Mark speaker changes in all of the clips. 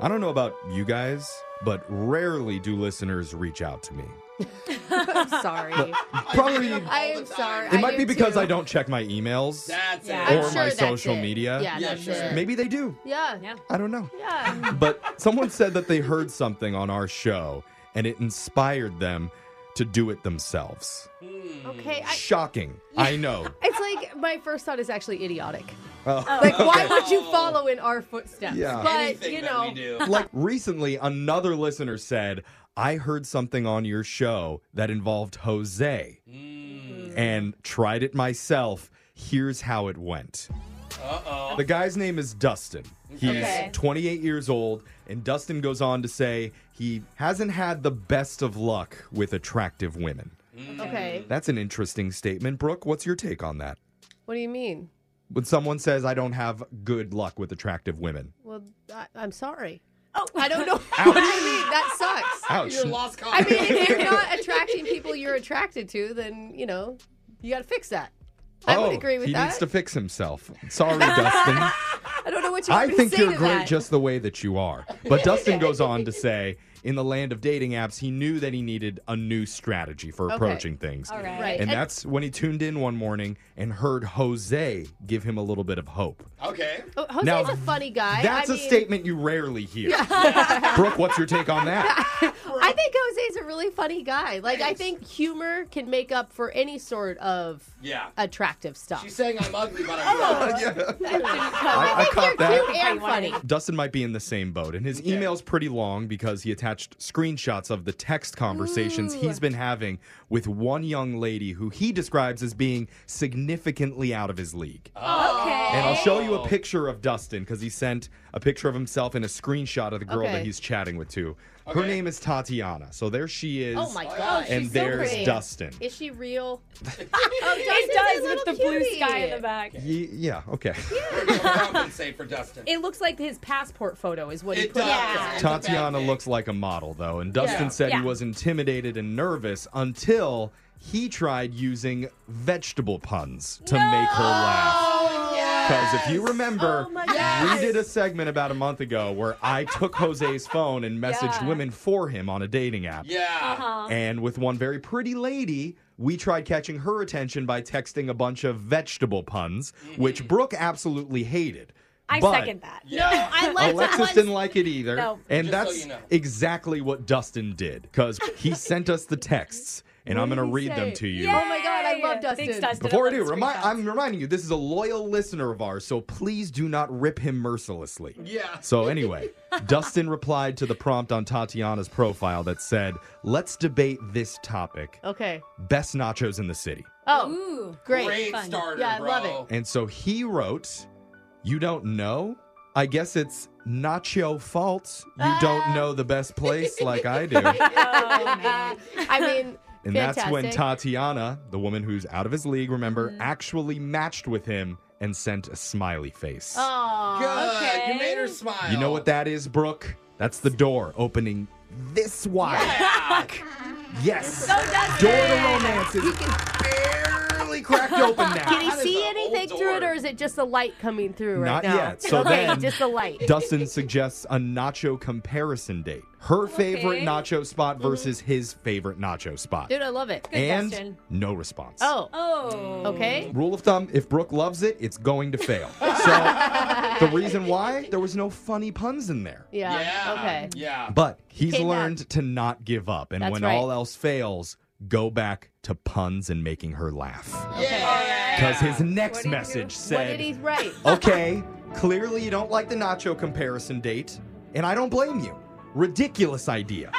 Speaker 1: I don't know about you guys, but rarely do listeners reach out to me.
Speaker 2: I'm sorry.
Speaker 1: Probably it
Speaker 2: I am sorry.
Speaker 1: might
Speaker 2: do
Speaker 1: be because
Speaker 2: too.
Speaker 1: I don't check my emails
Speaker 3: That's
Speaker 2: Yeah.
Speaker 1: or
Speaker 2: I'm
Speaker 3: it.
Speaker 2: sure
Speaker 1: my
Speaker 2: that's
Speaker 1: social
Speaker 2: it.
Speaker 1: media.
Speaker 2: Yeah,
Speaker 3: Yeah,
Speaker 2: that's
Speaker 3: sure.
Speaker 2: it.
Speaker 1: Maybe they do.
Speaker 2: Yeah.
Speaker 4: Yeah.
Speaker 1: I don't know.
Speaker 2: Yeah.
Speaker 1: But someone said that they heard something on our show and it inspired them to do it themselves.
Speaker 2: Okay. I,
Speaker 1: Shocking. I know.
Speaker 2: it's like my first thought is actually idiotic.
Speaker 1: Oh.
Speaker 2: Like, why would you follow in our footsteps?
Speaker 1: Yeah.
Speaker 2: But
Speaker 3: Anything
Speaker 2: you
Speaker 3: that
Speaker 2: know,
Speaker 3: we do.
Speaker 1: like recently another listener said i heard something on your show that involved jose and tried it myself here's how it went
Speaker 3: Uh-oh.
Speaker 1: the guy's name is dustin he's
Speaker 2: Okay.
Speaker 1: 28 years old and dustin goes on to say he hasn't had the best of luck with attractive women
Speaker 2: okay.
Speaker 1: that's an interesting statement brooke what's your take on that
Speaker 2: What do you mean?
Speaker 1: when someone says i don't have good luck with attractive women
Speaker 2: Well, I, I'm sorry.
Speaker 4: Oh,
Speaker 2: I don't know. what do you mean? That sucks.
Speaker 1: ouch
Speaker 3: Your lost cause.
Speaker 2: I mean, if you're not attracting people you're attracted to, then you know you got to fix that. I
Speaker 1: oh,
Speaker 2: would agree with
Speaker 1: he
Speaker 2: that.
Speaker 1: needs to fix himself sorry dustin
Speaker 2: I don't know what you want
Speaker 1: I
Speaker 2: me to
Speaker 1: think
Speaker 2: say
Speaker 1: you're
Speaker 2: to
Speaker 1: great
Speaker 2: that.
Speaker 1: just the way that you are. But Dustin goes on to say, in the land of dating apps, he knew that he needed a new strategy for approaching things.
Speaker 4: all right.
Speaker 2: Right.
Speaker 1: And,
Speaker 2: And-
Speaker 1: that's when he tuned in one morning and heard Jose give him a little bit of hope.
Speaker 3: okay.
Speaker 2: Oh, Jose's
Speaker 1: Now,
Speaker 2: a funny guy.
Speaker 1: That's
Speaker 2: I
Speaker 1: a
Speaker 2: mean,
Speaker 1: statement you rarely hear. Brooke, what's your take on that?
Speaker 2: I think Jose's a really funny guy. Like I think humor can make up for any sort of
Speaker 3: Yeah.
Speaker 2: attractive stuff.
Speaker 3: She's saying I'm ugly, but
Speaker 2: Oh.
Speaker 3: I'm not.
Speaker 1: I, I caught that.
Speaker 2: Cute and funny.
Speaker 1: Dustin might be in the same boat, and his email's pretty long because he attached screenshots of the text conversations he's been having with one young lady who he describes as being significantly out of his league.
Speaker 4: Oh, Okay.
Speaker 1: And I'll show you
Speaker 2: Oh.
Speaker 1: a picture of Dustin because he sent a picture of himself and a screenshot of the girl that
Speaker 2: Okay.
Speaker 1: he's chatting with too. Her
Speaker 3: Okay.
Speaker 1: name is Tatiana. So there she is.
Speaker 2: Oh my gosh.
Speaker 1: And
Speaker 2: she's so
Speaker 1: there's
Speaker 2: pretty.
Speaker 1: Dustin.
Speaker 2: Is she real?
Speaker 4: It does with the
Speaker 2: little
Speaker 4: blue
Speaker 2: cutie.
Speaker 4: sky in the back.
Speaker 1: Ye- yeah, okay.
Speaker 3: compensate for Dustin.
Speaker 4: It looks like his passport photo is what he
Speaker 3: It
Speaker 4: put.
Speaker 3: does.
Speaker 4: up. Yeah.
Speaker 3: It's a bad
Speaker 1: Tatiana
Speaker 3: thing.
Speaker 1: looks like a model, though, and Dustin
Speaker 3: Yeah.
Speaker 1: said
Speaker 4: Yeah.
Speaker 1: he was intimidated and nervous until he tried using vegetable puns to make her laugh. Because if you remember,
Speaker 4: Oh my
Speaker 1: we did a segment about a month ago where I took Jose's phone and messaged
Speaker 4: Yeah.
Speaker 1: women for him on a dating app.
Speaker 3: Yeah.
Speaker 2: Uh-huh.
Speaker 1: And with one very pretty lady, we tried catching her attention by texting a bunch of vegetable puns, which Brooke absolutely hated.
Speaker 4: Mm-hmm. I
Speaker 1: But-
Speaker 4: second that.
Speaker 3: Yeah.
Speaker 2: I like that
Speaker 1: Alexis
Speaker 2: one.
Speaker 1: didn't like it either.
Speaker 4: No.
Speaker 1: And
Speaker 3: Just so
Speaker 1: that's
Speaker 3: you know.
Speaker 1: exactly what Dustin did because he sent us the texts, and I'm
Speaker 2: What
Speaker 1: going to
Speaker 2: did he
Speaker 1: read them
Speaker 2: say?
Speaker 1: to you.
Speaker 2: Yeah. Oh my God, I love
Speaker 4: Yay.
Speaker 2: Dustin.
Speaker 4: Thanks, Dustin.
Speaker 1: Before I
Speaker 4: love
Speaker 1: do,
Speaker 4: the
Speaker 1: remi-
Speaker 4: screenshots.
Speaker 1: I'm reminding you, this is a loyal listener of ours, so please do not rip him mercilessly.
Speaker 3: Yeah.
Speaker 1: So, anyway, Dustin replied to the prompt on Tatiana's profile that said, Let's debate this topic
Speaker 2: Okay.
Speaker 1: best nachos in the city.
Speaker 2: Oh,
Speaker 4: Ooh.
Speaker 2: great.
Speaker 3: Great
Speaker 4: Fun.
Speaker 3: starter,
Speaker 2: Yeah, I
Speaker 3: bro.
Speaker 2: love
Speaker 1: And so he wrote, You don't know? I guess it's not your fault. You
Speaker 2: Ah.
Speaker 1: don't know the best place like I do. And
Speaker 2: I mean,
Speaker 1: that's when
Speaker 2: fantastic. Mm-hmm.
Speaker 1: Tatiana, the woman who's out of his league, remember, actually matched with him and sent a smiley face.
Speaker 2: Aw.
Speaker 3: Good.
Speaker 4: Okay.
Speaker 3: You made her smile.
Speaker 1: You know what that is, Brooke? That's the door opening this wide. Yes.
Speaker 4: Dustin.
Speaker 1: Door to romance is barely cracked open now.
Speaker 2: Can he
Speaker 3: That is
Speaker 2: see
Speaker 3: a
Speaker 2: anything
Speaker 3: old
Speaker 2: through it,
Speaker 3: door.
Speaker 2: or is it just the light coming through
Speaker 1: Not
Speaker 2: right now?
Speaker 1: yet. So
Speaker 2: okay,
Speaker 1: then-
Speaker 2: just the light.
Speaker 1: Dustin suggests a nacho comparison date. Her favorite
Speaker 4: Okay.
Speaker 1: nacho spot versus his favorite nacho spot.
Speaker 2: Mm-hmm. Dude, I love it.
Speaker 1: and
Speaker 4: Dustin.
Speaker 1: no response.
Speaker 2: Oh,
Speaker 4: Oh.
Speaker 2: okay.
Speaker 1: Rule of thumb if Brooke loves it, it's going to fail. so the reason why, there was no funny puns in there.
Speaker 2: Yeah.
Speaker 3: Yeah.
Speaker 2: Okay.
Speaker 3: Yeah.
Speaker 1: But he's
Speaker 2: Came back.
Speaker 1: learned to not give up. And
Speaker 2: That's
Speaker 1: when
Speaker 2: right.
Speaker 1: all else fails, go back to puns and making her laugh.
Speaker 3: yeah.
Speaker 1: Because his next
Speaker 4: do you
Speaker 1: message said,
Speaker 2: What did he write?
Speaker 1: okay, clearly you don't like the nacho comparison date, and I don't blame you. Ridiculous idea.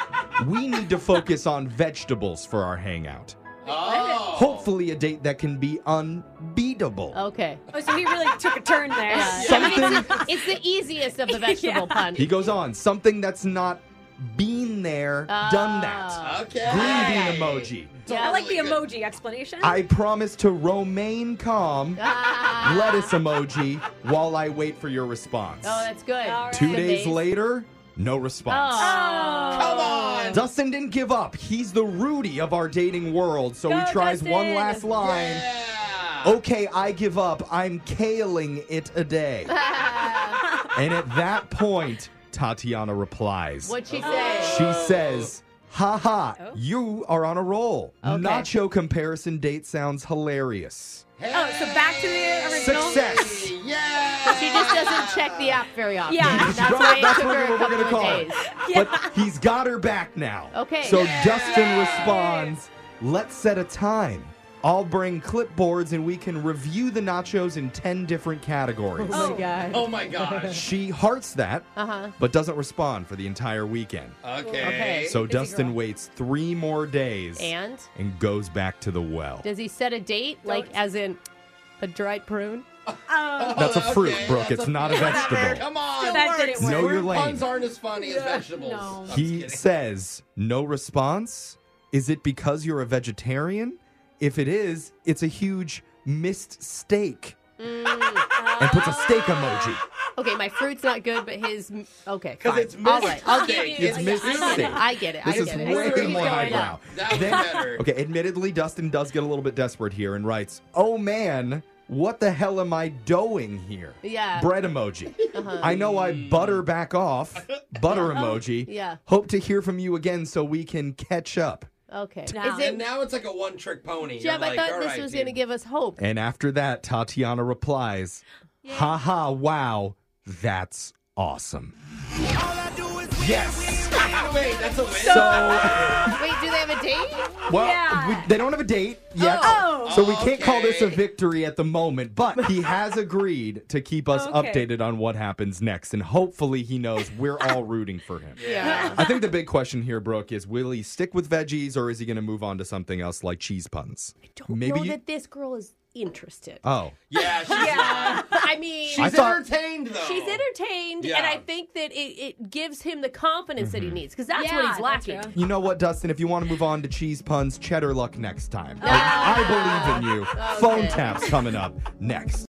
Speaker 1: We need to focus on vegetables for our hangout.
Speaker 3: Oh.
Speaker 1: Hopefully, a date that can be unbeatable.
Speaker 2: Okay.
Speaker 4: Oh, so he really took a turn there.
Speaker 1: Something,
Speaker 2: It's the easiest of the vegetable pun.
Speaker 1: he goes on, something that's not been there, done that.
Speaker 3: Okay.
Speaker 1: Green bean emoji.
Speaker 4: I like the
Speaker 3: Totally good.
Speaker 4: emoji explanation.
Speaker 1: I promise to remain calm,
Speaker 2: Ah.
Speaker 1: lettuce emoji, while I wait for your response.
Speaker 2: Oh, that's good.
Speaker 4: All right.
Speaker 1: Two
Speaker 2: Good
Speaker 1: days
Speaker 2: days.
Speaker 1: later, no response.
Speaker 4: Oh.
Speaker 3: Come on.
Speaker 1: Dustin didn't give up. He's the Rudy of our dating world, so
Speaker 4: Go,
Speaker 1: he tries
Speaker 4: Dustin.
Speaker 1: one last line.
Speaker 3: Yeah.
Speaker 1: Okay, I give up. I'm caling it a day. and at that point, Tatiana replies.
Speaker 2: What'd she
Speaker 4: Oh.
Speaker 2: say?
Speaker 1: She says, "Ha ha, you are on a roll.
Speaker 2: Okay.
Speaker 1: Nacho comparison date sounds hilarious.
Speaker 4: Oh, so back to the original.
Speaker 1: Success.
Speaker 3: Yeah.
Speaker 2: She just doesn't check the app very often.
Speaker 4: Yeah.
Speaker 2: That's
Speaker 1: Right,
Speaker 2: why it
Speaker 1: that's
Speaker 2: took
Speaker 1: what
Speaker 2: her
Speaker 1: we're
Speaker 2: a
Speaker 1: gonna
Speaker 2: couple of
Speaker 1: call it.
Speaker 2: days.
Speaker 1: But he's got her back now.
Speaker 2: Okay.
Speaker 1: So Dustin responds, let's set a time. I'll bring clipboards and we can review the nachos in 10 different categories.
Speaker 4: Oh my god.
Speaker 3: Oh my gosh.
Speaker 1: She hearts that,
Speaker 2: Uh-huh.
Speaker 1: but doesn't respond for the entire weekend.
Speaker 3: Okay.
Speaker 2: Okay.
Speaker 1: So
Speaker 4: Busy
Speaker 1: Dustin
Speaker 4: girl.
Speaker 1: waits three more days
Speaker 2: And
Speaker 1: and goes back to the well.
Speaker 2: does he set a date? Like as in a dried prune?
Speaker 4: Oh.
Speaker 1: That's a fruit,
Speaker 3: Okay,
Speaker 1: Brooke.
Speaker 3: that's
Speaker 1: It's not a vegetable.
Speaker 3: Come on.
Speaker 4: Still That didn't works. work.
Speaker 1: Know your
Speaker 3: Fruit
Speaker 1: lane.
Speaker 3: Puns aren't as funny as vegetables.
Speaker 4: No.
Speaker 3: I'm just
Speaker 1: He
Speaker 3: kidding.
Speaker 1: says, no response? Is it because you're a vegetarian? If it is, it's a huge missed steak.
Speaker 2: Mm.
Speaker 1: and puts a steak emoji.
Speaker 2: Okay, my fruit's not good, but his okay.
Speaker 3: 'Cause
Speaker 2: fine.
Speaker 3: it's
Speaker 2: All right, I'll give
Speaker 3: mistake.
Speaker 2: you.
Speaker 1: It's
Speaker 2: I-
Speaker 1: mistake.
Speaker 2: I, I get it.
Speaker 1: This
Speaker 2: I
Speaker 1: is
Speaker 2: get
Speaker 1: way
Speaker 2: it.
Speaker 1: more
Speaker 2: Going up.
Speaker 1: highbrow.
Speaker 3: That was
Speaker 1: Then-
Speaker 3: better.
Speaker 1: Okay, admittedly, Dustin does get a little bit desperate here and writes, Oh man, what the hell am I doing here?
Speaker 2: Yeah. Uh-huh.
Speaker 1: Bread emoji. I know I butter back off. Butter emoji.
Speaker 2: yeah.
Speaker 1: Hope to hear from you again so we can catch up.
Speaker 2: Okay.
Speaker 4: Now-
Speaker 2: Is
Speaker 3: And
Speaker 2: it?
Speaker 3: now it's like a one trick pony.
Speaker 2: Jeb,
Speaker 3: You're
Speaker 2: I
Speaker 3: like,
Speaker 2: thought
Speaker 3: all
Speaker 2: this
Speaker 3: right,
Speaker 2: was
Speaker 3: dude.
Speaker 2: going to give us hope.
Speaker 1: And after that, Tatiana replies, Ha ha, wow, that's awesome. Yes!
Speaker 3: Wait, that's a win.
Speaker 1: So,
Speaker 2: Wait, do they have a date?
Speaker 1: well,
Speaker 4: Yeah.
Speaker 1: we- they don't have a date yet.
Speaker 4: Oh.
Speaker 1: So we can't call this a
Speaker 3: Okay.
Speaker 1: victory at the moment, but he has agreed to keep us
Speaker 4: Okay.
Speaker 1: updated on what happens next, and hopefully he knows we're all rooting for him.
Speaker 3: yeah.
Speaker 1: I think the big question here, Brooke, is will he stick with veggies or is he going to move on to something else like cheese puns?
Speaker 2: Don't know
Speaker 1: you-
Speaker 2: that this girl is interested.
Speaker 1: Oh,
Speaker 3: Yeah, she's, not-
Speaker 2: I mean,
Speaker 3: she's
Speaker 1: I thought-
Speaker 3: entertained though.
Speaker 2: she's entertained, and
Speaker 3: Yeah.
Speaker 2: I think that it, it gives him the confidence that he
Speaker 1: Mm-hmm.
Speaker 2: needs because that's
Speaker 4: Yeah,
Speaker 2: what he's
Speaker 4: that's
Speaker 2: lacking.
Speaker 4: right.
Speaker 1: you know what, Dustin? If you want to move on to cheese puns, cheddar luck next time. I, I believe in you. Phone taps coming up next.